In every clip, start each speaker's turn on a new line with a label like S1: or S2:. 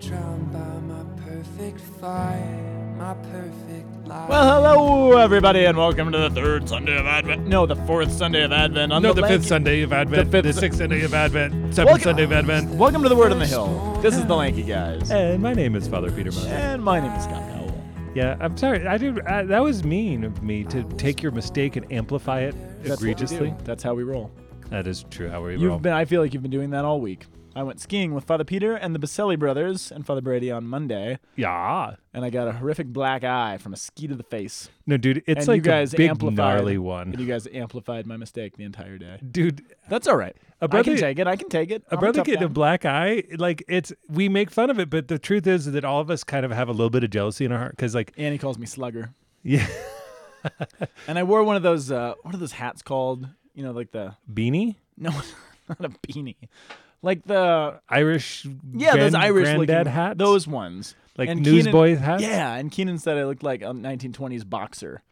S1: drowned by my perfect fire, my perfect life.
S2: Well, hello, everybody, and welcome to the third Sunday of Advent. No, the fourth Sunday of Advent. On
S3: No,
S2: the,
S3: the
S2: lank-
S3: fifth Sunday of Advent,
S2: The
S3: the,
S2: fifth Sun-
S3: sixth Sunday of Advent, seventh
S2: Welcome-
S3: Sunday of Advent.
S2: Welcome to the Word on the Hill. This is the Lanky Guys,
S3: And my name is Father Peter Mother.
S2: and my name is Scott Powell.
S3: Yeah, I'm sorry. I did. I, that was mean of me to take your mistake and amplify it
S2: That's what we do.
S3: egregiously.
S2: That's how we roll.
S3: That is true. How are you?
S2: You've been. I feel like you've been doing that all week. I went skiing with Father Peter and the Baselli brothers and Father Brady on Monday,
S3: yeah.
S2: and I got a horrific black eye from a ski to the face.
S3: No, dude, it's
S2: and
S3: like
S2: you guys
S3: a big
S2: amplified,
S3: gnarly
S2: And
S3: one.
S2: you guys amplified my mistake the entire day.
S3: Dude,
S2: That's all right.
S3: A
S2: I
S3: brother-
S2: can take it. I can take it.
S3: a
S2: I'm
S3: brother
S2: tough
S3: getting a
S2: guy.
S3: black eye, like it's we make fun of it, but the truth is that all of us kind of have a little bit of jealousy in our heart because, like,
S2: And he calls me slugger.
S3: yeah,
S2: And I wore one of those uh, what are those hats called? You know, like the
S3: beanie,
S2: no, not a beanie, like the
S3: Irish,
S2: yeah, those
S3: grand-
S2: Irish
S3: granddad
S2: looking-
S3: hats,
S2: those ones,
S3: like
S2: And Keenan-
S3: newsboy hats.
S2: Yeah, and Keenan said I looked like a 1920s boxer.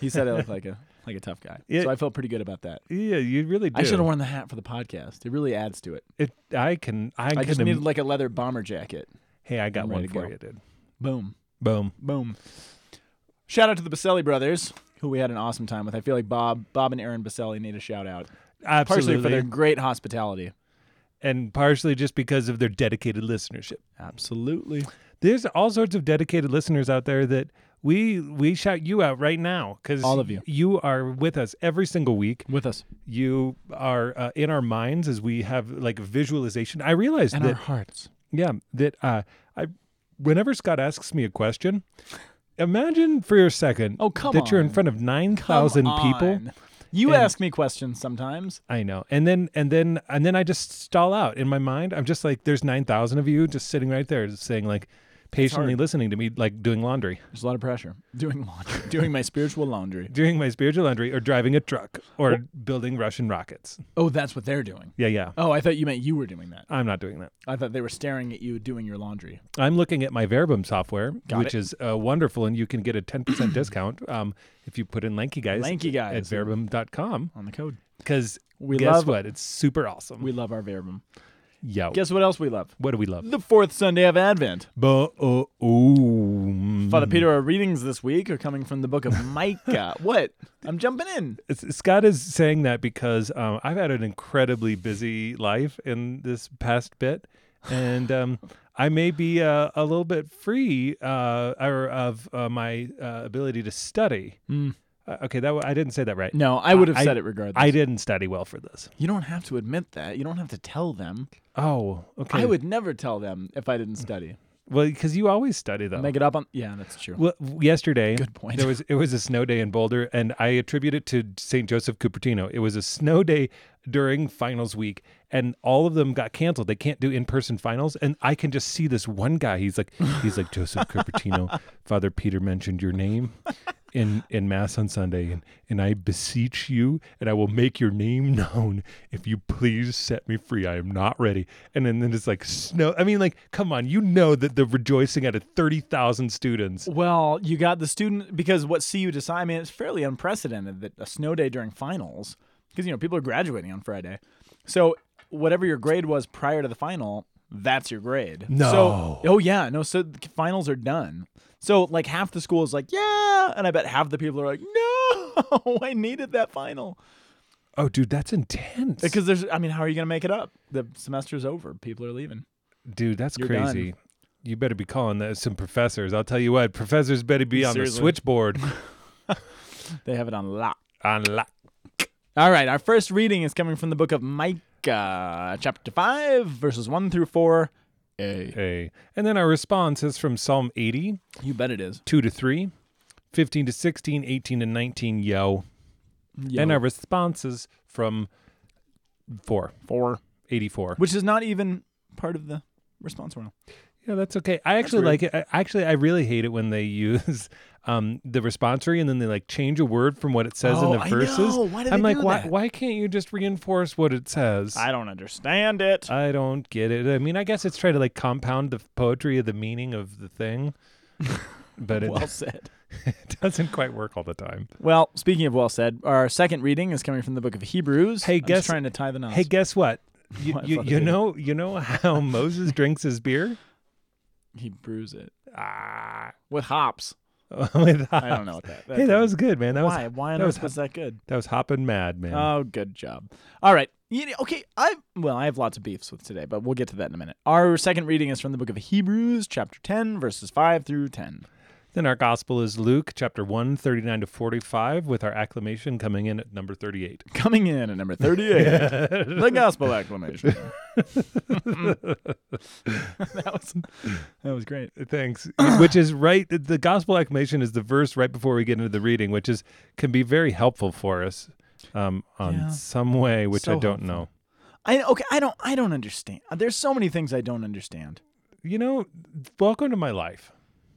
S2: He said I looked like a like a tough guy.
S3: Yeah.
S2: So I felt pretty good about that.
S3: Yeah, you really do.
S2: I should have worn the hat for the podcast. It really adds to it.
S3: It, I can. I,
S2: I
S3: can.
S2: just
S3: im-
S2: needed like a leather bomber jacket.
S3: hey, I got
S2: I'm
S3: one
S2: ready to
S3: for
S2: go.
S3: you, dude.
S2: Boom,
S3: Boom.
S2: boom. Shout out to the Baselli brothers, who we had an awesome time with. I feel like Bob, Bob and Aaron Baselli need a shout out,
S3: Absolutely.
S2: partially for their great hospitality.
S3: and partially just because of their dedicated listenership.
S2: Absolutely.
S3: There's all sorts of dedicated listeners out there that we we shout you out right now because
S2: All of you.
S3: you are with us every single week.
S2: With us.
S3: You are uh, in our minds as we have like visualization. I realized that
S2: hearts.
S3: yeah that uh, I whenever Scott asks me a question. Imagine for a second
S2: Oh, come
S3: that you're in
S2: on.
S3: front of 9,000 people
S2: You
S3: And-
S2: ask me questions sometimes.
S3: I know. And then and then and then I just stall out in my mind. I'm just like, there's nine thousand of you just sitting right there, just saying like patiently
S2: hard.
S3: listening to me, like doing laundry,
S2: There's a lot of pressure. Doing laundry. doing my spiritual laundry.
S3: doing my spiritual laundry, or driving a truck, or building Russian rockets.
S2: Oh, that's what they're doing.
S3: Yeah, yeah.
S2: Oh, I thought you meant you were doing that.
S3: I'm not doing that.
S2: I thought they were staring at you doing your laundry.
S3: I'm looking at my Verbum software,
S2: Got
S3: which is uh, wonderful, and you can get a 10% discount um, if you put in Lanky Guys
S2: Lanky
S3: at
S2: guys.
S3: verbum.com.
S2: on the code.
S3: Because
S2: We
S3: guess
S2: love
S3: what? Oh. It's super awesome.
S2: we love our verbum.
S3: Yo.
S2: Guess what else we love?
S3: what do we love?
S2: The fourth Sunday of Advent.
S3: Boom.
S2: Father Peter, our readings this week are coming from the book of Micah. what? I'm jumping in.
S3: It's- Scott is saying that because um, I've had an incredibly busy life in this past bit, and um, I may be uh, a little bit free uh, or of uh, my uh, ability to study. Uh, okay, that w- I didn't say that right.
S2: Hmm. No, I would have
S3: I-
S2: said it regardless.
S3: I didn't study well for this.
S2: you don't have to admit that. You don't have to tell them.
S3: Oh, okay.
S2: I would never tell them if I didn't study.
S3: well because you always study though.
S2: Make it up on. Yeah, that's true.
S3: Well, w- yesterday,
S2: Good point.
S3: There was it was a snow day in Boulder, and I attribute it to St. Joseph Cupertino. It was a snow day during finals week, and all of them got canceled. They can't do in person finals, and I can just see this one guy. He's like, he's like Joseph Cupertino. Father Peter mentioned your name. In, in mass on Sunday, and, and I beseech you, and I will make your name known if you please set me free. I am not ready. And then, then it's like snow. I mean, like, come on, you know that the rejoicing out of thirty thousand students
S2: Well, you got the student because what CU decided. I mean, it's fairly unprecedented that a snow day during finals, because you know people are graduating on Friday. So whatever your grade was prior to the final, that's your grade. So,
S3: No.
S2: oh yeah, no. So the finals are done. So like half the school is like, yeah, and I bet half the people are like, no, I needed that final
S3: Oh, dude, that's intense.
S2: because there's. I mean, how are you gonna make it up? The semester's over. People are leaving.
S3: dude, that's
S2: You're
S3: crazy. You better be calling the, some professors. I'll tell you what, professors better be on
S2: Seriously.
S3: the switchboard.
S2: They have it on lock.
S3: on lock.
S2: All right, our first reading is coming from the book of Micah, chapter 5, verses 1 through 4. A.
S3: Hey. eh. And then our response is from Psalm 80,
S2: You bet it is.
S3: 2 to 3, 15 to 16, 18 to 19, yo. And our response is from 4,
S2: 4.
S3: 84.
S2: Which is not even part of the response round.
S3: Yeah, that's okay. I actually
S2: weird.
S3: like it. I, actually, I really hate it when they use um, the responsory and then they like change a word from what it says
S2: Oh,
S3: in the
S2: I
S3: verses.
S2: know. Why do
S3: I'm
S2: they
S3: like,
S2: do
S3: why
S2: that?"
S3: why can't you just reinforce what it says?
S2: I don't understand it.
S3: I don't get it. I mean, I guess it's trying to like compound the poetry of the meaning of the thing, but it,
S2: well said.
S3: it doesn't quite work all the time.
S2: Well, speaking of well said, our second reading is coming from the book of Hebrews.
S3: Hey,
S2: I'm just
S3: guess-
S2: trying to tie the knots.
S3: Hey, guess what? You,
S2: What,
S3: you,
S2: Father
S3: you
S2: Peter?
S3: know you know how Moses drinks his beer?
S2: He brews it
S3: Ah,
S2: with hops.
S3: with
S2: I don't know
S3: hops.
S2: what that.
S3: hey, that
S2: doesn't-
S3: was good, man. That
S2: why.
S3: was
S2: why on
S3: that
S2: earth
S3: was
S2: was, that good?
S3: that was hopping mad, man.
S2: Oh, good job. All right. You know, okay. I well, I have lots of beefs with today, but we'll get to that in a minute. Our second reading is from the book of Hebrews, chapter ten, verses five through ten.
S3: Then our gospel is Luke chapter 1, 39 to 45, with our acclamation coming in at number 38.
S2: Coming in at number thirty-eight, the gospel acclamation. that was that was great.
S3: Thanks. which is right. The gospel acclamation is the verse right before we get into the reading, which is can be very helpful for us um, on
S2: Yeah.
S3: some way, which I
S2: So
S3: don't
S2: helpful.
S3: know.
S2: I okay. I don't. I don't understand. There's so many things I don't understand.
S3: You know, welcome to my life.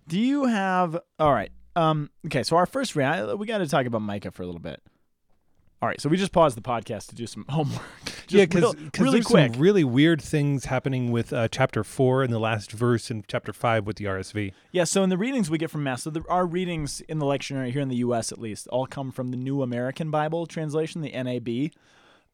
S2: Do you have all right? Um, okay, so our first read, we got to talk about Micah for a little bit. All right, so we just paused the podcast to do some homework. Just
S3: yeah, because
S2: real- really quick.
S3: some really weird things happening with uh, chapter four and the last verse in chapter five with the RSV.
S2: yeah, so in the readings we get from Mass, so the, our readings in the lectionary here in the U.S. at least all come from the New American Bible translation, the NAB,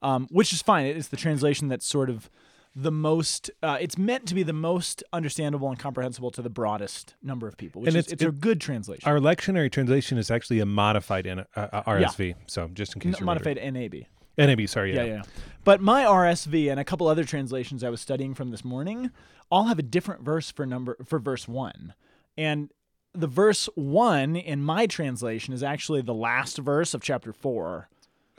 S2: um, which is fine. It is the translation that's sort of the most. Uh, it's meant to be the most understandable and comprehensible to the broadest number of people, which
S3: And
S2: is
S3: it's-
S2: it's, a good translation.
S3: Our lectionary translation is actually a modified N- uh, uh, RSV. So just in case
S2: N-
S3: you're
S2: modified NAB.
S3: wondering. NAB, sorry.
S2: yeah, yeah. But my RSV and a couple other translations I was studying from this morning all have a different verse for number for verse one, and the verse one in my translation is actually the last verse of chapter four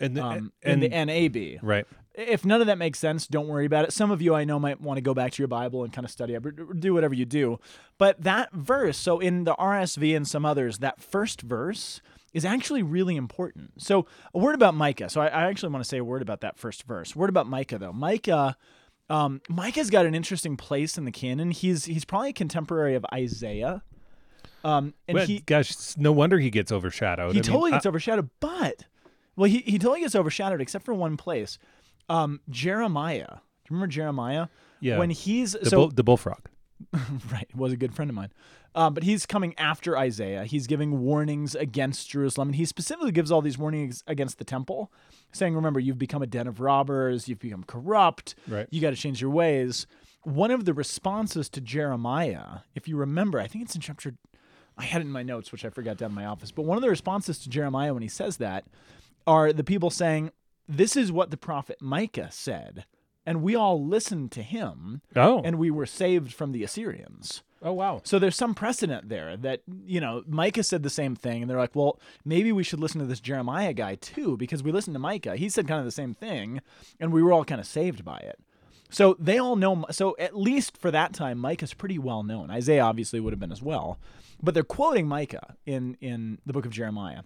S3: And, the-
S2: um,
S3: and
S2: in the NAB.
S3: right.
S2: If none of that makes sense, don't worry about it. Some of you I know might want to go back to your Bible and kind of study up or do whatever you do. But that verse, so in the RSV and some others, that first verse is actually really important. So, a word about Micah. So, I, I actually want to say a word about that first verse. Word about Micah, though. Micah. Um, Micah's got an interesting place in the canon. He's he's probably a contemporary of Isaiah, um, and
S3: Well,
S2: he
S3: gosh, it's no wonder he gets overshadowed.
S2: he
S3: I mean, uh,
S2: totally
S3: I-
S2: gets overshadowed, but well, he, he totally gets overshadowed except for one place. Um, Jeremiah. Do you remember Jeremiah?
S3: Yeah.
S2: When he's
S3: the,
S2: so
S3: bull, the bullfrog.
S2: right, was a good friend of mine. Um, but he's coming after Isaiah. He's giving warnings against Jerusalem, and he specifically gives all these warnings against the temple, saying, "Remember, you've become a den of robbers. You've become corrupt.
S3: Right.
S2: You got to change your ways." One of the responses to Jeremiah, if you remember, I think it's in chapter. I had it in my notes, which I forgot down in my office. But one of the responses to Jeremiah when he says that are the people saying, "This is what the prophet Micah said." And we all listened to him
S3: Oh.
S2: and we were saved from the Assyrians.
S3: oh, wow.
S2: So there's some precedent there that, you know, Micah said the same thing, and they're like, well, maybe we should listen to this Jeremiah guy too, because we listened to Micah. He said kind of the same thing, and we were all kind of saved by it. So they all know, so at least for that time, Micah's pretty well known. Isaiah obviously would have been as well, but they're quoting Micah in, in the book of Jeremiah.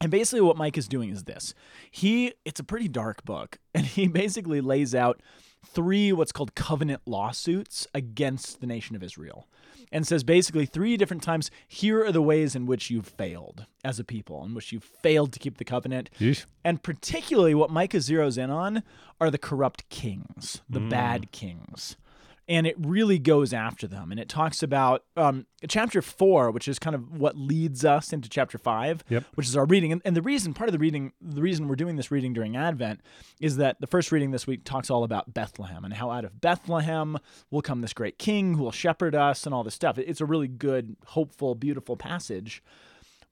S2: And basically, what Mike is doing is this. He, it's a pretty dark book, and he basically lays out three what's called covenant lawsuits against the nation of Israel and says basically three different times here are the ways in which you've failed as a people, in which you've failed to keep the covenant.
S3: Yeesh.
S2: And particularly what Micah zeroes in on are the corrupt kings, the bad kings. And it really goes after them. And it talks about um, chapter four, which is kind of what leads us into chapter five,
S3: Yep.
S2: which is our reading. And, and the reason, part of the reading, the reason we're doing this reading during Advent is that the first reading this week talks all about Bethlehem and how out of Bethlehem will come this great king who will shepherd us and all this stuff. It- It's a really good, hopeful, beautiful passage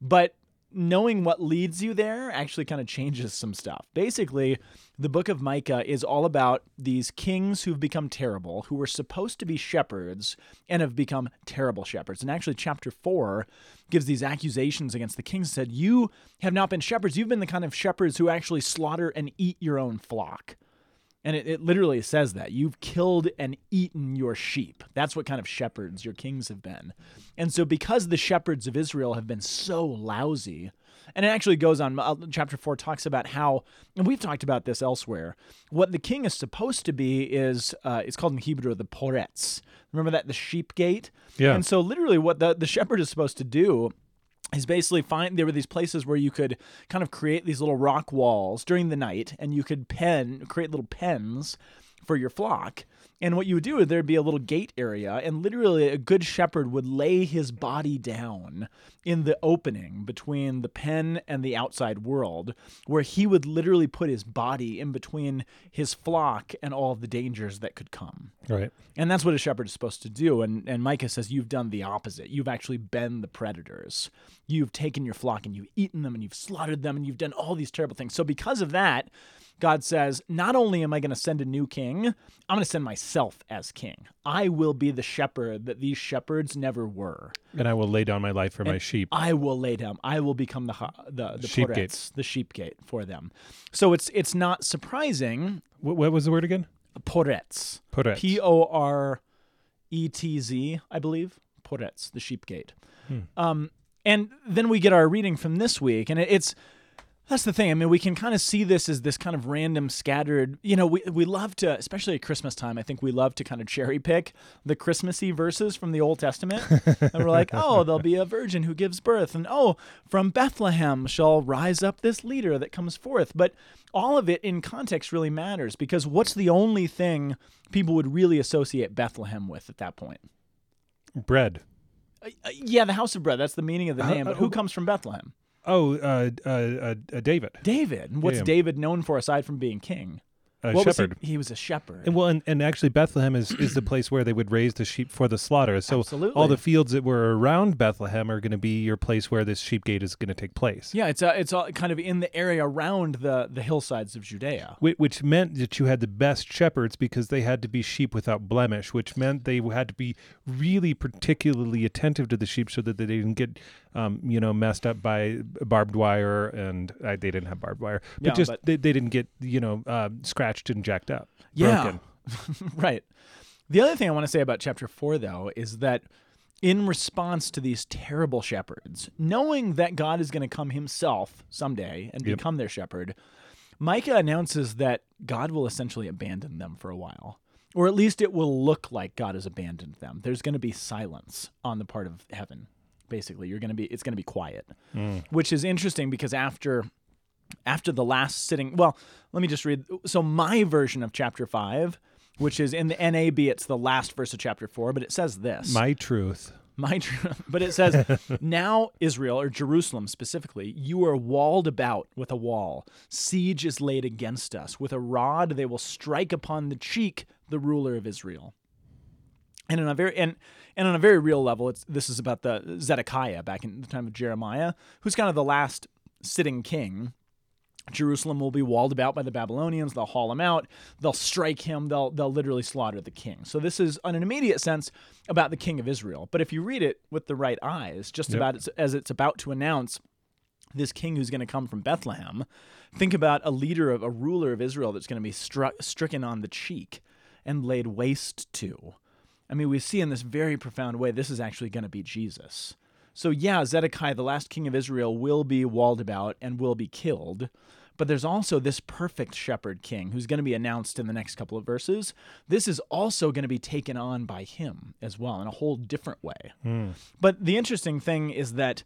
S2: but knowing what leads you there actually kind of changes some stuff. Basically, the book of Micah is all about these kings who've become terrible, who were supposed to be shepherds and have become terrible shepherds. And actually chapter 4 gives these accusations against the kings said, "You have not been shepherds. You've been the kind of shepherds who actually slaughter and eat your own flock." And it, it literally says that you've killed and eaten your sheep. That's what kind of shepherds your kings have been. And so, because the shepherds of Israel have been so lousy, and it actually goes on, uh, chapter 4 talks about how, and we've talked about this elsewhere, what the king is supposed to be is, uh, it's called in Hebrew the poretz. Remember that? The sheep gate?
S3: Yeah.
S2: And so, literally, what the, the shepherd is supposed to do is basically find there were these places where you could kind of create these little rock walls during the night and you could pen create little pens for your flock. And what you would do is there'd be a little gate area, and literally a good shepherd would lay his body down in the opening between the pen and the outside world, where he would literally put his body in between his flock and all of the dangers that could come.
S3: Right.
S2: And that's what a shepherd is supposed to do. And, and Micah says, You've done the opposite. You've actually been the predators. You've taken your flock and you've eaten them and you've slaughtered them and you've done all these terrible things. So, because of that, God says, Not only am I going to send a new king, I'm going to send myself as king. I will be the shepherd that these shepherds never were.
S3: And I will lay down my life for my sheep.
S2: I will lay down. I will become the ha- the the
S3: Sheep
S2: poretz, the sheep gate for them. So it's it's not surprising.
S3: Wh- What, was the word again?
S2: Poretz.
S3: Poretz.
S2: P O R E T Z, I believe. Poretz, the sheep gate. Um, and then we get our reading from this week, and it, it's that's the thing. I mean, we can kind of see this as this kind of random, scattered. You know, we we love to, especially at Christmas time. I think we love to kind of cherry pick the Christmassy verses from the Old Testament, and we're like, oh, there'll be a virgin who gives birth, and oh, from Bethlehem shall rise up this leader that comes forth. But all of it in context really matters because what's the only thing people would really associate Bethlehem with at that point?
S3: Bread.
S2: Uh, uh, yeah, the house of bread. That's the meaning of the name. But who comes from Bethlehem?
S3: Oh, uh, uh, uh, uh, David,
S2: David. And what's
S3: Yeah.
S2: David known for aside from being king?
S3: a
S2: What was he-
S3: shepherd.
S2: he? was a shepherd.
S3: And well, and, and actually, Bethlehem is, is the place where they would raise the sheep for the slaughter. So all
S2: Absolutely.
S3: the fields that were around Bethlehem are going to be your place where this sheep gate is going to take place.
S2: yeah, it's uh, it's all kind of in the area around the the hillsides of Judea.
S3: Whi- Which meant that you had the best shepherds because they had to be sheep without blemish, which meant they had to be really particularly attentive to the sheep so that they didn't get, um, you know, messed up by barbed wire and uh, they didn't have barbed wire, but
S2: Yeah,
S3: just
S2: but-
S3: They, they didn't get, you know, uh, scratched and jacked up. broken.
S2: right. The other thing I want to say about chapter four, though, is that in response to these terrible shepherds, knowing that God is going to come himself someday and become their shepherd, Micah announces that God will essentially abandon them for a while. Or at least it will look like God has abandoned them. There's going to be silence on the part of heaven. Basically, you're going to be it's going to be quiet, which is interesting because after after the last sitting. Well, let me just read. So, my version of chapter five, which is in the NAB, it's the last verse of chapter four, but it says this
S3: My truth.
S2: my tr- but it says now israel or jerusalem specifically you are walled about with a wall siege is laid against us with a rod they will strike upon the cheek the ruler of israel and on a very and and on a very real level it's this is about the zedekiah back in the time of jeremiah who's kind of the last sitting king Jerusalem will be walled about by the Babylonians. They'll haul him out. They'll strike him. They'll they'll literally slaughter the king. So this is, in an immediate sense, about the king of Israel. But if you read it with the right eyes, just about it's, as it's about to announce this king who's going to come from Bethlehem, think about a leader of a ruler of Israel that's going to be struck stricken on the cheek and laid waste to. I mean, we see in this very profound way this is actually going to be Jesus. So, yeah, Zedekiah, the last king of Israel, will be walled about and will be killed. But there's also this perfect shepherd king who's going to be announced in the next couple of verses. This is also going to be taken on by him as well in a whole different way. But the interesting thing is that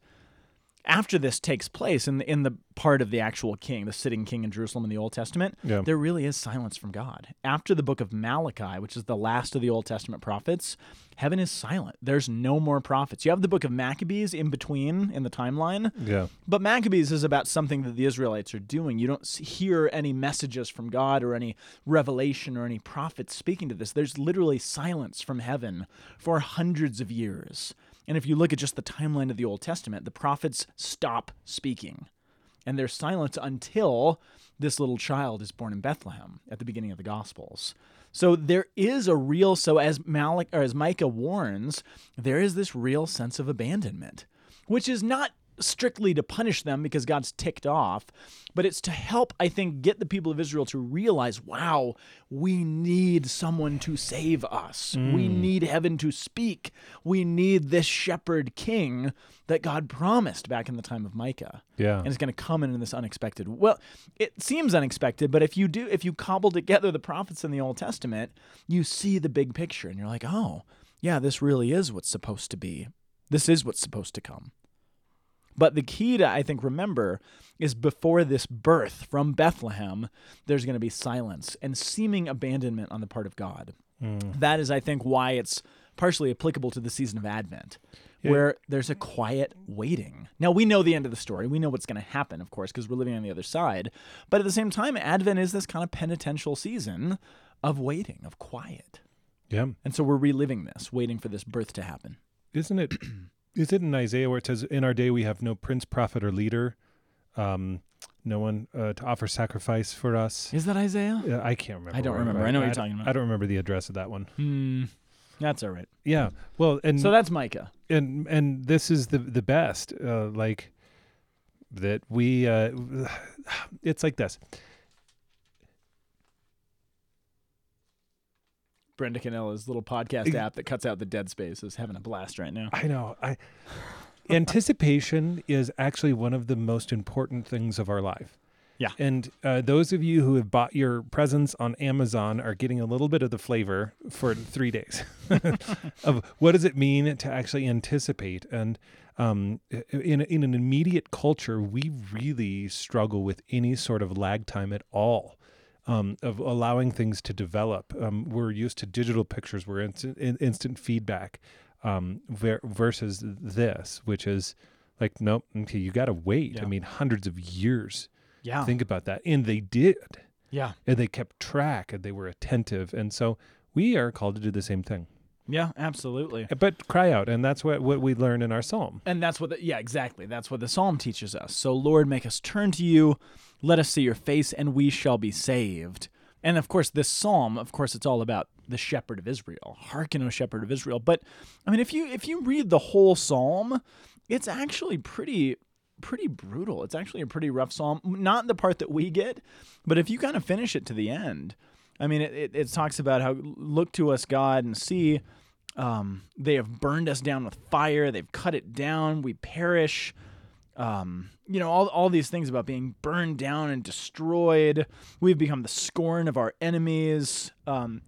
S2: after this takes place in the, in the part of the actual king, the sitting king in Jerusalem in the Old Testament,
S3: Yeah.
S2: there really is silence from God. After the book of Malachi, which is the last of the Old Testament prophets, heaven is silent. There's no more prophets. You have the book of Maccabees in between in the timeline,
S3: Yeah.
S2: but Maccabees is about something that the Israelites are doing. You don't s- hear any messages from God or any revelation or any prophets speaking to this. There's literally silence from heaven for hundreds of years. And if you look at just the timeline of the Old Testament, the prophets stop speaking. And there's silence until this little child is born in Bethlehem at the beginning of the Gospels. So there is a real so as Malik or as Micah warns, there is this real sense of abandonment which is not strictly to punish them because God's ticked off, but it's to help, I think, get the people of Israel to realize wow, we need someone to save us. We need heaven to speak. We need this shepherd king that God promised back in the time of Micah.
S3: Yeah.
S2: And it's going to come in, in this unexpected. Well, it seems unexpected, but if you do, if you cobble together the prophets in the Old Testament, you see the big picture and you're like, oh, yeah, this really is what's supposed to be. This is what's supposed to come. But the key to, I think, remember is before this birth from Bethlehem, there's going to be silence and seeming abandonment on the part of God. That is, I think, why it's partially applicable to the season of Advent, where there's a quiet waiting. Now, we know the end of the story. We know what's going to happen, of course, because we're living on the other side. But at the same time, Advent is this kind of penitential season of waiting, of quiet.
S3: Yeah.
S2: And so we're reliving this, waiting for this birth to happen.
S3: Isn't it? Is it in Isaiah where it says, "In our day we have no prince, prophet, or leader, um, no one uh, to offer sacrifice for us."
S2: Is that Isaiah?
S3: Uh, I can't remember.
S2: I don't
S3: where-
S2: remember. I know what you're
S3: d-
S2: talking about.
S3: I don't remember the address of that one.
S2: Hmm. That's all right.
S3: Yeah. Well, and
S2: So that's Micah.
S3: and and this is the the best uh, like that we uh, it's like this
S2: Brenda Canella's little podcast app that cuts out the dead space is having a blast right now.
S3: i know i anticipation is actually one of the most important things of our life
S2: Yeah.
S3: and uh, those of you who have bought your presents on amazon are getting a little bit of the flavor for three days of what does it mean to actually anticipate and um, i- in, in an immediate culture we really struggle with any sort of lag time at all um, of allowing things to develop um, we're used to digital pictures we're instant, in, instant feedback um, ver- versus this which is like nope okay you gotta wait i
S2: Yeah.
S3: mean hundreds of years
S2: Yeah.
S3: think about that and they did
S2: yeah.
S3: and they kept track and they were attentive and so we are called to do the same thing
S2: Yeah, absolutely.
S3: but cry out and that's what, what we learn in our psalm
S2: And that's what, the, yeah, exactly. That's what the psalm teaches us. So, Lord, make us turn to you. Let us see your face, and we shall be saved. And of course, this psalm, of course, it's all about the shepherd of Israel. Hearken, O shepherd of Israel. But I mean, if you if you read the whole psalm, it's actually pretty pretty brutal. It's actually a pretty rough psalm. Not the part that we get, but if you kind of finish it to the end, I mean, it, it, it talks about how look to us, God, and see. Um, they have burned us down with fire. They've cut it down. We perish. Um, you know, all, all these things about being burned down and destroyed. We've become the scorn of our enemies. Um,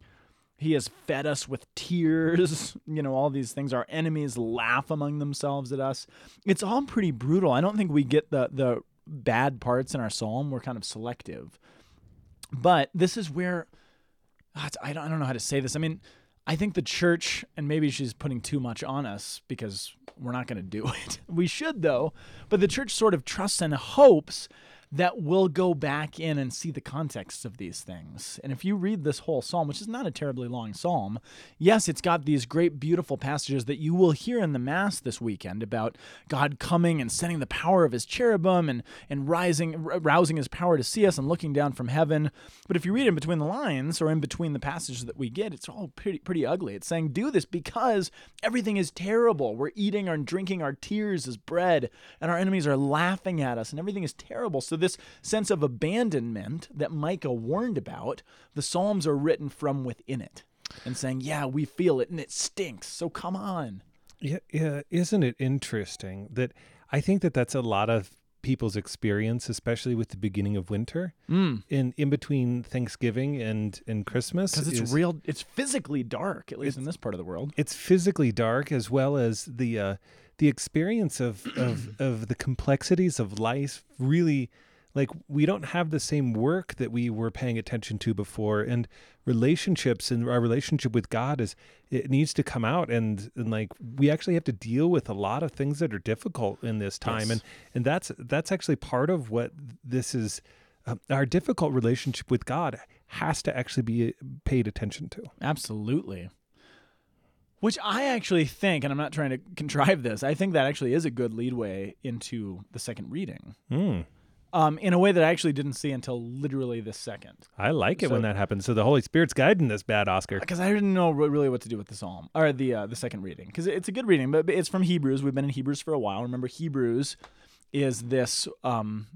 S2: he has fed us with tears. You know, all these things. Our enemies laugh among themselves at us. It's all pretty brutal. I don't think we get the, the bad parts in our psalm. We're kind of selective. But this is where Ah, it's- I don't, I don't know how to say this. I mean, I think the church, and maybe she's putting too much on us because we're not going to do it. We should, though. But the church sort of trusts and hopes that we'll go back in and see the context of these things. And if you read this whole psalm, which is not a terribly long psalm, yes, it's got these great, beautiful passages that you will hear in the Mass this weekend about God coming and sending the power of his cherubim and, and rising, r- rousing his power to see us and looking down from heaven. But if you read in between the lines or in between the passages that we get, it's all pretty, pretty ugly. It's saying, do this because everything is terrible. We're eating and drinking our tears as bread, and our enemies are laughing at us, and everything is terrible. So, this sense of abandonment that Micah warned about, the Psalms are written from within it and saying, yeah, we feel it and it stinks. So, come on.
S3: Yeah, yeah, isn't it interesting that I think that that's a lot of people's experience, especially with the beginning of winter, mm. in in between Thanksgiving and and Christmas,
S2: Because it's
S3: is-
S2: real, it's physically dark, at least in this part of the world.
S3: It's physically dark as well as the uh, the experience of of of the complexities of life. Really, like we don't have the same work that we were paying attention to before, and relationships and our relationship with God is it needs to come out, and and like we actually have to deal with a lot of things that are difficult in this time,
S2: Yes.
S3: and and that's that's actually part of what this is. Uh, our difficult relationship with God has to actually be uh, paid attention to.
S2: Absolutely. Which I actually think, and I'm not trying to contrive this, I think that actually is a good leadway into the second reading
S3: Mm.
S2: um, in a way that I actually didn't see until literally this second.
S3: I like it
S2: So-
S3: when that happens. So the Holy Spirit's guiding this bad Oscar.
S2: Because I didn't know re- really what to do with the psalm or the uh, the second reading. Because it's a good reading, but but it's from Hebrews. We've been in Hebrews for a while. Remember, Hebrews is this. Um,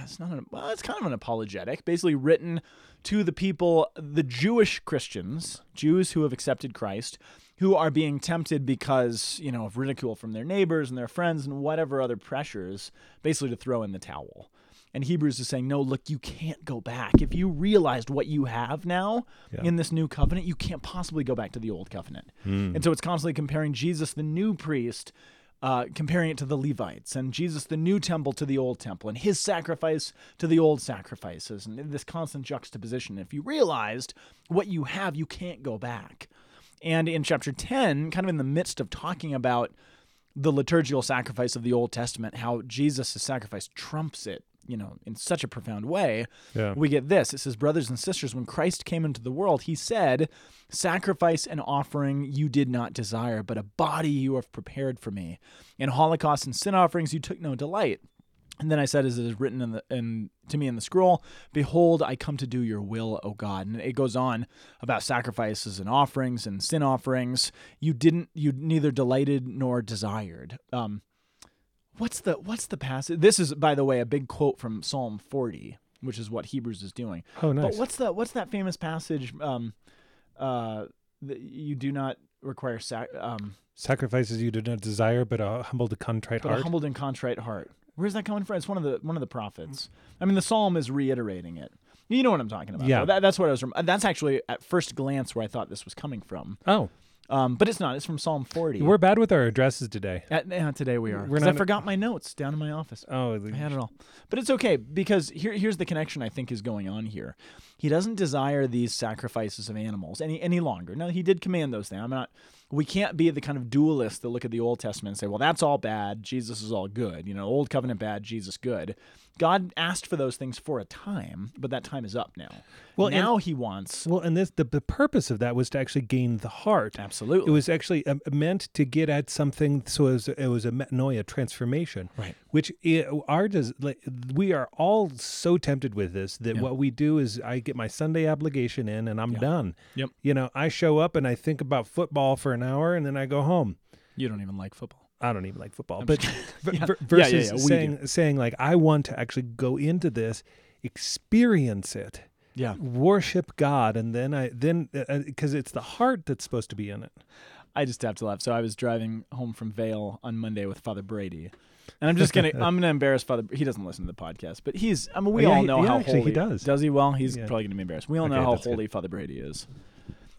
S2: it's not an, well, it's kind of an apologetic, basically written to the people, the Jewish Christians, Jews who have accepted Christ, who are being tempted because you know of ridicule from their neighbors and their friends and whatever other pressures, basically to throw in the towel. And Hebrews is saying, no, look, you can't go back. If you realized what you have now in this new covenant, you can't possibly go back to the old covenant. And so it's constantly comparing Jesus, the new priest, uh, comparing it to the Levites and Jesus, the new temple to the old temple, and his sacrifice to the old sacrifices, and this constant juxtaposition. If you realized what you have, you can't go back. And in chapter 10, kind of in the midst of talking about the liturgical sacrifice of the Old Testament, how Jesus' sacrifice trumps it, you know, in such a profound way,
S3: Yeah.
S2: we get this. It says, Brothers and sisters, when Christ came into the world, he said, Sacrifice and offering you did not desire, but a body you have prepared for me. In holocaust and sin offerings you took no delight. And then I said, as it is written in the in to me in the scroll, behold, I come to do your will, O God. And it goes on about sacrifices and offerings and sin offerings. You didn't, you neither delighted nor desired. Um, what's the what's the passage? This is, by the way, a big quote from Psalm 40, which is what Hebrews is doing.
S3: Oh, nice.
S2: But what's the what's that famous passage? Um, uh, that you do not require sac- um,
S3: Sacrifices you do not desire, but a humble to contrite
S2: but
S3: heart.
S2: a humbled and contrite heart. Where's that coming from? It's one of the one of the prophets. I mean, the psalm is reiterating it. You know what I'm talking about.
S3: Yeah.
S2: though. That, that's what I was. Rem- uh, that's actually at first glance where I thought this was coming from.
S3: oh,
S2: Um, but it's not. It's from Psalm 40.
S3: we're bad with our addresses today.
S2: Uh, yeah, today we are.
S3: We're
S2: 'Cause I
S3: not-
S2: forgot my notes down in my office.
S3: Oh,
S2: I had it all. But it's okay because here, here's the connection I think is going on here. He doesn't desire these sacrifices of animals any any longer. No, he did command those things. I'm not. We can't be the kind of dualists that look at the Old Testament and say, "Well, that's all bad. Jesus is all good." You know, Old Covenant bad, Jesus good. God asked for those things for a time, but that time is up now. Well,
S3: Well, and-
S2: now he wants
S3: well, and this the, the purpose of that was to actually gain the heart.
S2: absolutely.
S3: It was actually um, meant to get at something, so it was, it was a metanoia transformation,
S2: Right.
S3: Which i our does like we are all so tempted with this that what we do is I get my Sunday obligation in and I'm done.
S2: Yep.
S3: You know, I show up and I think about football for an hour and then I go home.
S2: you don't even like football.
S3: I don't even like football, but ver-
S2: Yeah. Yeah,
S3: ver-
S2: yeah,
S3: versus
S2: yeah, we
S3: saying saying like I want to actually go into this, experience it,
S2: Yeah.
S3: worship God, and then I then because it's the heart that's supposed to be in it.
S2: I just have to laugh. So I was driving home from Vale on Monday with Father Brady, and I'm just gonna I'm gonna embarrass Father. He doesn't listen to the podcast, but he's I mean we
S3: Oh, Yeah,
S2: all
S3: he-
S2: know
S3: yeah,
S2: how
S3: actually
S2: holy
S3: he does.
S2: Does he? Well, he's
S3: Yeah.
S2: probably gonna be embarrassed. We all know
S3: Okay,
S2: how
S3: that's good.
S2: holy Father Brady is,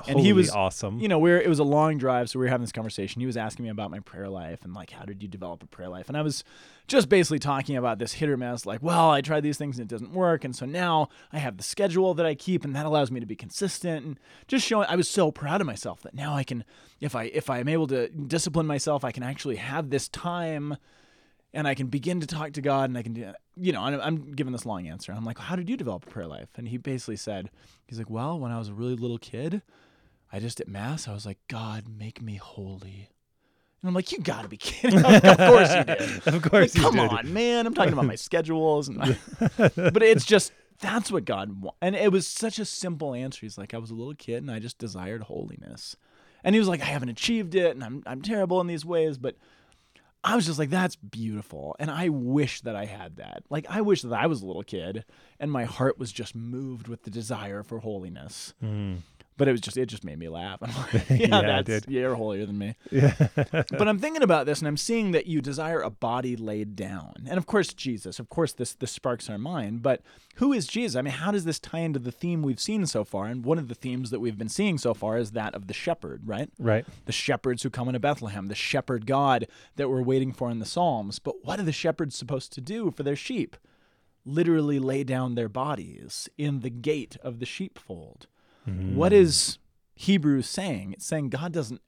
S3: Holy
S2: and he was
S3: awesome.
S2: you know, we were, it was a long drive, so we were having this conversation. He was asking me about my prayer life and like, how did you develop a prayer life? And I was just basically talking about this hit or miss, like, well, I tried these things and it doesn't work, and so now I have the schedule that I keep, and that allows me to be consistent and just showing. I was so proud of myself that now I can, if I if I am able to discipline myself, I can actually have this time. And I can begin to talk to God, and I can do, you know, and I'm giving this long answer. I'm like, how did you develop a prayer life? And he basically said, he's like, well, when I was a really little kid, I just at mass, I was like, God, make me holy. And I'm like, you gotta be kidding. Like, of course you did.
S3: of
S2: Like,
S3: course, you
S2: come
S3: did.
S2: on, man. I'm talking about my schedules. And my- but it's just, that's what God wants. And it was such a simple answer. He's like, I was a little kid and I just desired holiness. And he was like, I haven't achieved it and I'm, I'm terrible in these ways. But I was just like, that's beautiful. And I wish that I had that. Like, I wish that I was a little kid and my heart was just moved with the desire for holiness. But it was just, it just made me laugh. I'm like, yeah,
S3: Mm. Yeah, it
S2: that's,
S3: did.
S2: you're holier than me. but I'm thinking about this and I'm seeing that you desire a body laid down. And of course, Jesus, of course, this, this sparks our mind. But who is Jesus? I mean, how does this tie into the theme we've seen so far? And one of the themes that we've been seeing so far is that of the shepherd, right?
S3: Right.
S2: the shepherds who come into Bethlehem, the shepherd God that we're waiting for in the Psalms. But what are the shepherds supposed to do for their sheep? Literally lay down their bodies in the gate of the sheepfold. What is Hebrews saying? It's saying God doesn't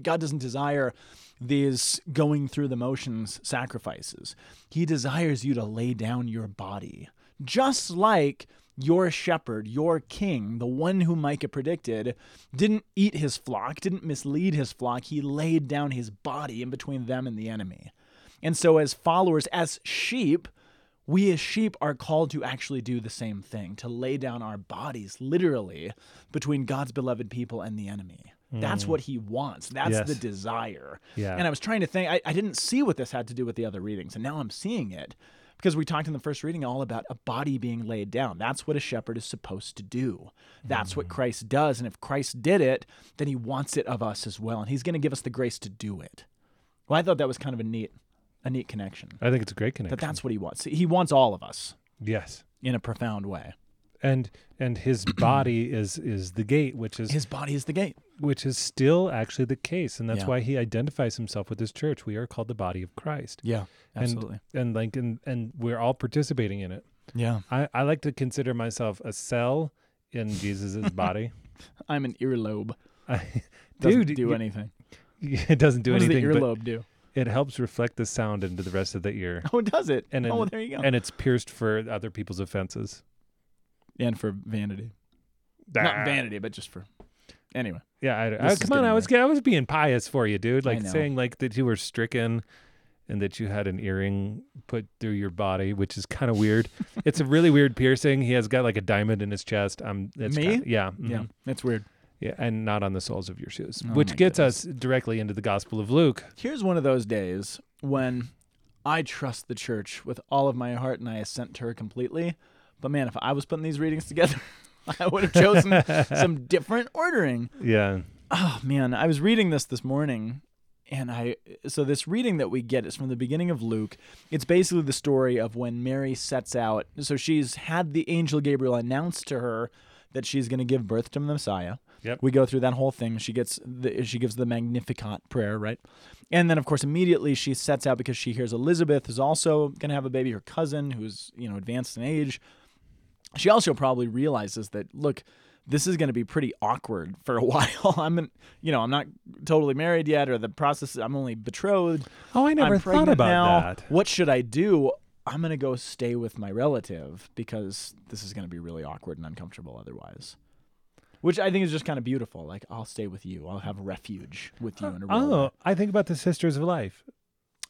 S2: God doesn't desire these going through the motions sacrifices. He desires you to lay down your body, just like your shepherd, your king, the one who Micah predicted, didn't eat his flock, didn't mislead his flock. He laid down his body in between them and the enemy. And so, as followers, as sheep, we as sheep are called to actually do the same thing, to lay down our bodies literally between God's beloved people and the enemy. That's what he wants. That's
S3: Yes.
S2: the desire.
S3: Yeah.
S2: And I was trying to think, I, I didn't see what this had to do with the other readings, and now I'm seeing it because we talked in the first reading all about a body being laid down. That's what a shepherd is supposed to do. That's
S3: Mm.
S2: what Christ does. And if Christ did it, then he wants it of us as well. And he's going to give us the grace to do it. Well, I thought that was kind of a neat, a neat connection.
S3: I think it's a great
S2: That
S3: connection.
S2: that's what he wants. He wants all of us
S3: yes.
S2: in a profound way.
S3: and and his body is is the gate, which is
S2: His body is the gate.
S3: which is still actually the case, and that's
S2: Yeah.
S3: why he identifies himself with his church. We are called the body of Christ,
S2: Yeah, absolutely.
S3: and like and and we're all participating in it.
S2: yeah,
S3: I, I like to consider myself a cell in Jesus's body.
S2: I'm an earlobe.
S3: I,
S2: Doesn't
S3: dude,
S2: do
S3: you-
S2: anything.
S3: it doesn't do
S2: what
S3: anything.
S2: does the
S3: but
S2: earlobe do?
S3: it helps reflect the sound into the rest of the ear,
S2: Oh, it does it?
S3: And
S2: oh,
S3: then-
S2: well, there you go.
S3: and it's pierced for other people's offenses.
S2: and for vanity.
S3: Ah.
S2: Not vanity, but just for. Anyway,
S3: Yeah, I, I-
S2: This is
S3: come on.
S2: getting
S3: I was I was being pious for you, dude.
S2: I
S3: Like
S2: know.
S3: saying like that you were stricken, and that you had an earring put through your body, which is kind of weird. it's a really weird piercing. He has got like a diamond in his chest. Um, it's
S2: Me?
S3: kinda- yeah, mhm.
S2: yeah, that's weird.
S3: yeah, and not on the soles of your shoes,
S2: Oh my
S3: which gets us directly into the Gospel of Luke.
S2: Here's one of those days when I trust the church with all of my heart and I assent to her completely. But man, if I was putting these readings together, I would have chosen some different ordering.
S3: Yeah,
S2: Oh man, I was reading this this morning, and I so this reading that we get is from the beginning of Luke. It's basically the story of when Mary sets out. So she's had the angel Gabriel announce to her that she's going to give birth to the Messiah.
S3: Yep.
S2: We go through that whole thing. She gets the, she gives the Magnificat prayer, right? And then of course immediately she sets out because she hears Elizabeth is also going to have a baby, her cousin who's you know advanced in age she also probably realizes that look this is going to be pretty awkward for a while i'm in, you know i'm not totally married yet or the process i'm only betrothed
S3: Oh, I never
S2: I'm
S3: thought
S2: pregnant
S3: about
S2: now.
S3: that.
S2: what should i do i'm going to go stay with my relative because this is going to be really awkward and uncomfortable otherwise which i think is just kind of beautiful like i'll stay with you i'll have refuge with you in a real way.
S3: Oh, I think about the Sisters of Life.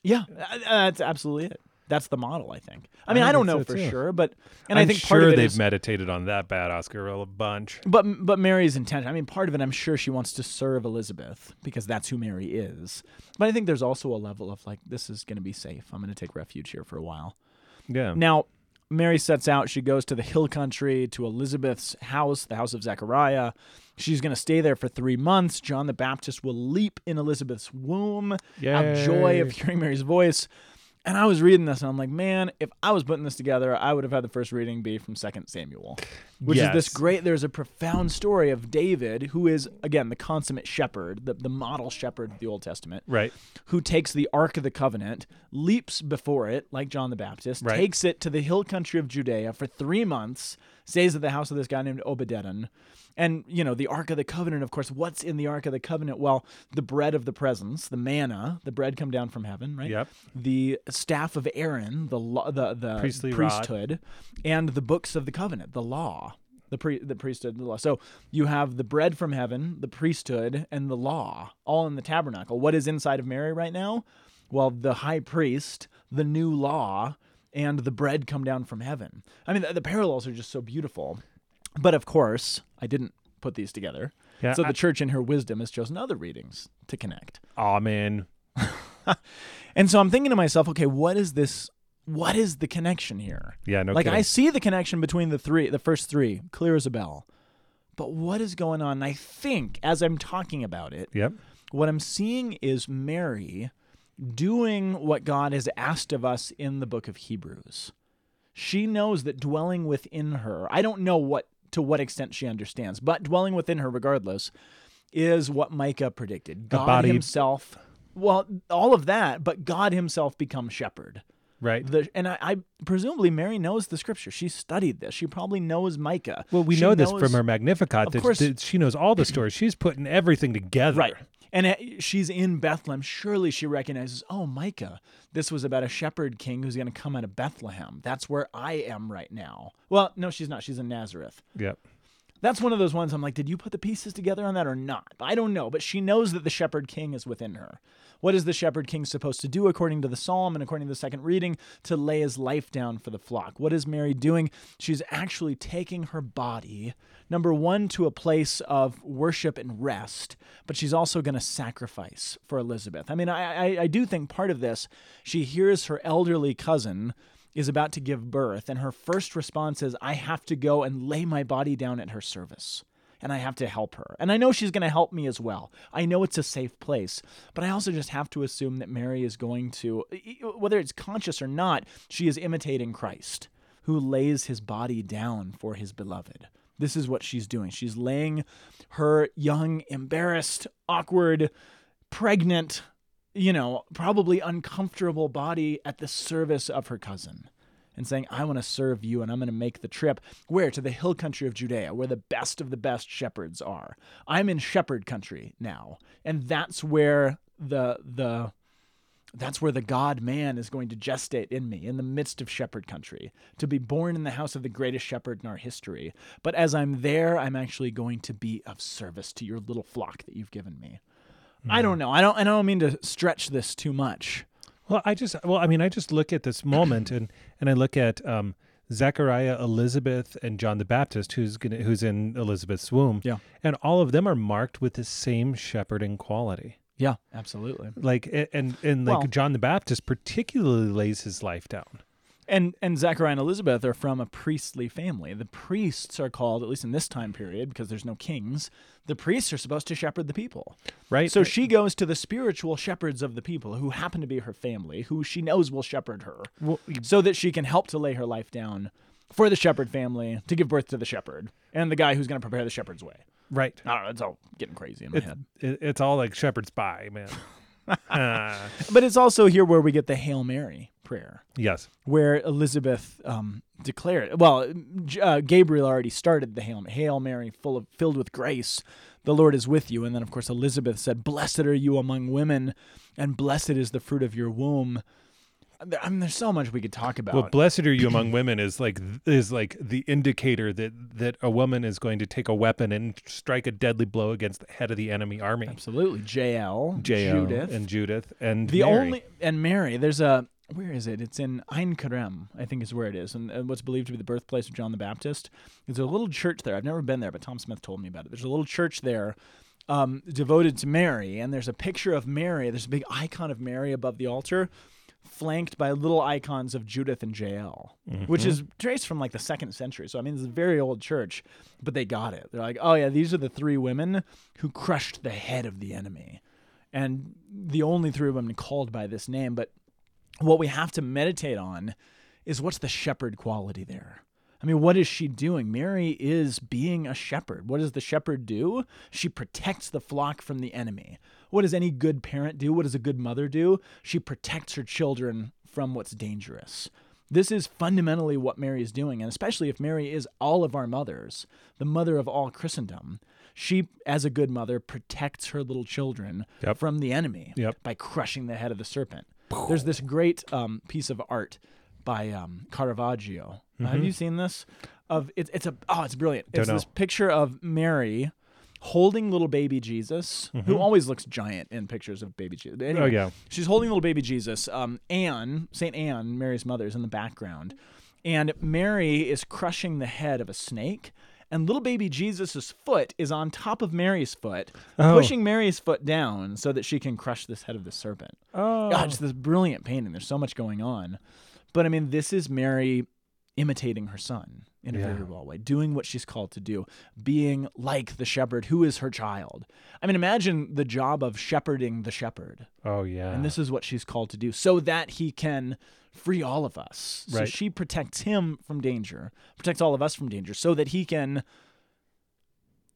S2: yeah uh, that's absolutely it that's the model i think i mean
S3: I
S2: i, don't
S3: think
S2: know
S3: so,
S2: for
S3: too.
S2: sure but and
S3: And I'm
S2: i think
S3: sure
S2: part of it
S3: they've
S2: is-
S3: meditated on that bad Oscar a bunch.
S2: But but Mary's intention. I mean, part of it, I'm sure she wants to serve Elizabeth because that's who Mary is. But I think there's also a level of like, this is going to be safe. I'm going to take refuge here for a while.
S3: Yeah.
S2: Now, Mary sets out. She goes to the hill country to Elizabeth's house, the house of Zechariah. She's going to stay there for three months. John the Baptist will leap in Elizabeth's womb out of joy of
S3: Yay.
S2: hearing Mary's voice. And I was reading this and I'm like, man, if I was putting this together, I would have had the first reading be from 2 Samuel, which is
S3: Yes.
S2: this great. There's a profound story of David, who is, again, the consummate shepherd, the, the model shepherd of the Old Testament
S3: Right.
S2: who takes the Ark of the Covenant, leaps before it, like John the Baptist,
S3: Right.
S2: takes it to the hill country of Judea for three months, stays at the house of this guy named Obededon. And, you know, the Ark of the Covenant, of course, what's in the Ark of the Covenant? Well, the bread of the presence, the manna, the bread come down from heaven, right?
S3: Yep.
S2: The staff of Aaron, the lo- the, the
S3: Priestly rod.
S2: uh, priesthood, and the books of the covenant, the law. The, pre- the priesthood, the law. So you have the bread from heaven, the priesthood, and the law all in the tabernacle. What is inside of Mary right now? Well, the high priest, the new law, and the bread come down from heaven. I mean, the, the parallels are just so beautiful. But of course, I didn't put these together.
S3: Yeah,
S2: so the
S3: I-
S2: church, in her wisdom, has chosen other readings to connect.
S3: Amen.
S2: And so I'm thinking to myself, okay, what is this? What is the connection here?
S3: Yeah. No.
S2: like
S3: kidding.
S2: I see the connection between the three, the first three, clear as a bell. But what is going on? And I think as I'm talking about it,
S3: Yep.
S2: what I'm seeing is Mary doing what God has asked of us in the book of Hebrews. She knows that dwelling within her, I don't know what to what extent she understands, but dwelling within her regardless is what Micah predicted. God
S3: body-
S2: himself well, all of that, but God himself becomes shepherd
S3: Right.
S2: the and I, I presumably Mary knows the scripture. She studied this. She probably knows Micah.
S3: Well, we
S2: She
S3: know this
S2: knows-
S3: from her Magnificat. That,
S2: course.
S3: that she knows all the stories. She's putting everything together.
S2: right. And uh, she's in Bethlehem. Surely she recognizes, oh, Micah, this was about a shepherd king who's going to come out of Bethlehem. That's where I am right now. Well, no, she's not. She's in Nazareth.
S3: Yep.
S2: That's one of those ones I'm like, did you put the pieces together on that or not? I don't know, but she knows that the shepherd king is within her. What is the shepherd king supposed to do according to the psalm and according to the second reading? To lay his life down for the flock. What is Mary doing? She's actually taking her body, number one, to a place of worship and rest, but she's also going to sacrifice for Elizabeth. I mean, I, I, I do think part of this, she hears her elderly cousin is about to give birth, and her first response is, I have to go and lay my body down at her service. And I have to help her. And I know she's going to help me as well. I know it's a safe place, but I also just have to e, assume that Mary is going to, whether it's conscious or not, she is imitating Christ, who lays his body down for his beloved. This is what she's doing. She's laying her young, embarrassed, awkward, pregnant, you know, probably uncomfortable body at the service of her cousin and saying, I want to serve you and I'm going to make the trip where? To the hill country of Judea, where the best of the best shepherds are. I'm in shepherd country now. And that's where the, the, that's where the God man is going to gestate in me, in the midst of shepherd country, to be born in the house of the greatest shepherd in our history. But as I'm there, I'm actually going to be of service to your little flock that you've given me. I
S3: Hmm.
S2: don't know. I don't I don't mean to stretch this too much.
S3: Well, I just well, I mean, I just look at this moment and and I look at um Zechariah, Elizabeth, and John the Baptist, who's gonna, who's in Elizabeth's womb.
S2: Yeah.
S3: and all of them are marked with the same shepherding quality.
S2: Yeah, absolutely.
S3: Like a- and and like
S2: Well- John
S3: John the Baptist particularly lays his life down.
S2: And and Zachariah and Elizabeth are from a priestly family. The priests are called, at least in this time period, because there's no kings. The priests are supposed to shepherd the people.
S3: Right.
S2: So she goes to the spiritual shepherds of the people who happen to be her family, who she knows will shepherd her, so that she can help to lay her life down for the shepherd family to give birth to the shepherd and the guy who's going to prepare the shepherd's way.
S3: right.
S2: I don't know. It's all getting crazy in my head.
S3: It, it's all like shepherd's pie, man. Ah.
S2: But it's also here where we get the Hail Mary prayer.
S3: yes.
S2: where Elizabeth um, declared. Well, J- uh, Gabriel already started the Hail, Hail Mary, full of filled with grace. The Lord is with you, and then of course Elizabeth said, "Blessed are you among women, and blessed is the fruit of your womb." There- I mean, there's so much we could talk about.
S3: Well, blessed are you among women is like is like the indicator that that a woman is going to take a weapon and strike a deadly blow against the head of the enemy army.
S2: Absolutely, JL,
S3: Jael
S2: Judith,
S3: and Judith and
S2: the
S3: Mary.
S2: only and Mary. There's a where is it? It's in Ein Karem, I think is where it is, and, and what's believed to be the birthplace of John the Baptist. There's a little church there. I've never been there, but Tom Smith told me about it. There's a little church there. Um, devoted to Mary, and there's a picture of Mary. There's a big icon of Mary above the altar, flanked by little icons of Judith and Jael,
S3: Mm-hmm.
S2: which is traced from like the second century. So I mean, it's a very old church, but they got it. They're like, oh yeah, these are the three women who crushed the head of the enemy and the only three women called by this name. But what we have to meditate on is what's the shepherd quality there? I mean, what is she doing? Mary is being a shepherd. What does the shepherd do? She protects the flock from the enemy. What does any good parent do? What does a good mother do? She protects her children from what's dangerous. This is fundamentally what Mary is doing, and especially if Mary is all of our mothers, the mother of all Christendom, she, as a good mother, protects her little children
S3: Yep.
S2: from the enemy
S3: Yep.
S2: by crushing the head of the serpent. There's this great um, piece of art by um, Caravaggio. Have you seen this? Of it's it's a oh it's brilliant. It's
S3: Mm-hmm. Don't
S2: this
S3: know.
S2: picture of Mary holding little baby Jesus, who always looks giant in pictures of baby Jesus. But anyway,
S3: Mm-hmm. Oh, yeah.
S2: she's holding little baby Jesus. Um, Anne, Saint Anne, Mary's mother, is in the background, and Mary is crushing the head of a snake. And little baby Jesus' foot is on top of Mary's foot,
S3: Oh.
S2: pushing Mary's foot down so that she can crush this head of the serpent.
S3: Oh.
S2: God, it's this brilliant painting. There's so much going on. But I mean, this is Mary imitating her son in a
S3: Yeah.
S2: very well way, doing what she's called to do, being like the shepherd who is her child. I mean, imagine the job of shepherding the shepherd.
S3: Oh yeah.
S2: And this is what she's called to do so that he can free all of us. So
S3: Right.
S2: she protects him from danger, protects all of us from danger so that he can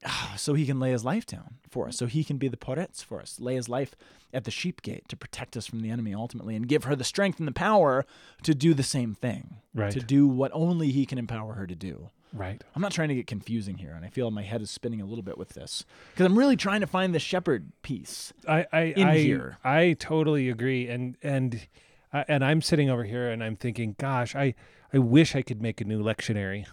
S2: so he can lay his life down for us. So he can be the poretz for us, lay his life at the sheep gate to protect us from the enemy ultimately and give her the strength and the power to do the same thing.
S3: Right.
S2: To do what only he can empower her to do.
S3: right.
S2: I'm not trying to get confusing here, and I feel my head is spinning a little bit with this because I'm really trying to find the shepherd piece.
S3: I I
S2: in
S3: I,
S2: here.
S3: I totally agree, and and I and I'm sitting over here and I'm thinking, gosh, I I wish I could make a new lectionary.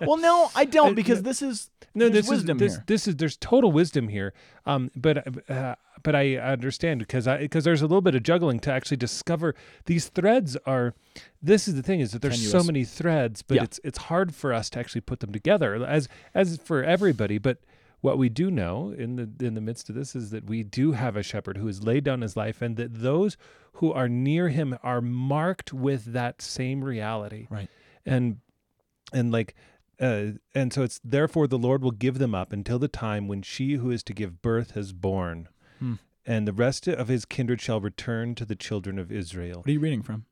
S2: Well, Uh, no, I don't because this is
S3: No,
S2: there's
S3: this
S2: wisdom
S3: is this,
S2: here.
S3: this is there's total wisdom here. Um, but uh, but I understand because I because there's a little bit of juggling to actually discover these threads are. This is the thing is that there's so
S2: Tenuous.
S3: many threads, but
S2: Yeah.
S3: it's it's hard for us to actually put them together as as for everybody, but. What we do know in the in the midst of this is that we do have a shepherd who has laid down his life, and that those who are near him are marked with that same reality
S2: Right.
S3: and and like uh, and so it's therefore the Lord will give them up until the time when she who is to give birth has born, and the rest of his kindred shall return to the children of Israel.
S2: What are you reading from?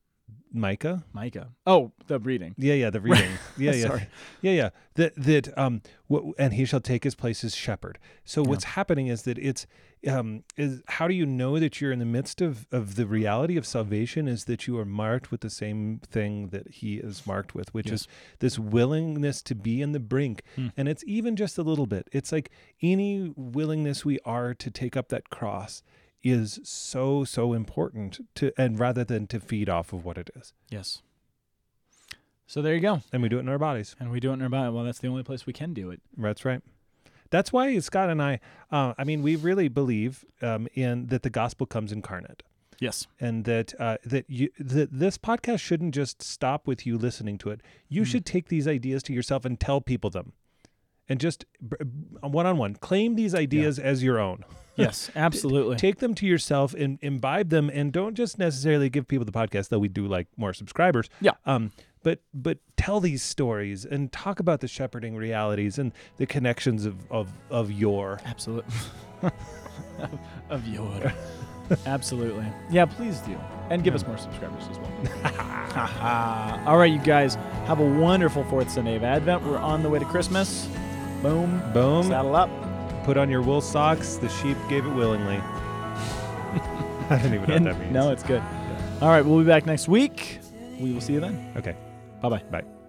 S3: Micah.
S2: Micah. Oh, the reading.
S3: Yeah, yeah, the reading. Yeah, yeah,
S2: Sorry.
S3: yeah, yeah. That that um, what, and he shall take his place as shepherd. So what's happening is that it's um, is how do you know that you're in the midst of of the reality of salvation is that you are marked with the same thing that he is marked with, which is this willingness to be in the brink, and it's even just a little bit. It's like any willingness we are to take up that cross is so so important to and rather than to feed off of what it is
S2: Yes. So there you go.
S3: and we do it in our bodies
S2: And we do it in our body. Well, that's the only place we can do it.
S3: That's right. That's why Scott and I, uh, I mean, we really believe um, in that the gospel comes incarnate,
S2: Yes.
S3: and that uh, that you that this podcast shouldn't just stop with you listening to it. You should take these ideas to yourself and tell people them, and just one on one claim these ideas as your own.
S2: Yes. Absolutely.
S3: Take them to yourself and imbibe them, and don't just necessarily give people the podcast. Though we do like more subscribers.
S2: Yeah.
S3: Um. But but tell these stories and talk about the shepherding realities and the connections of of of your.
S2: Absolutely. of your. Absolutely. Yeah, please do. And give us more subscribers as well. Haha. All right, you guys, have a wonderful fourth Sunday of Advent. We're on the way to Christmas. Boom.
S3: Boom.
S2: Saddle up.
S3: Put on your wool socks. The sheep gave it willingly. I don't even know what that means.
S2: No, it's good. All right, we'll be back next week. We will see you then.
S3: Okay.
S2: Bye bye.
S3: Bye.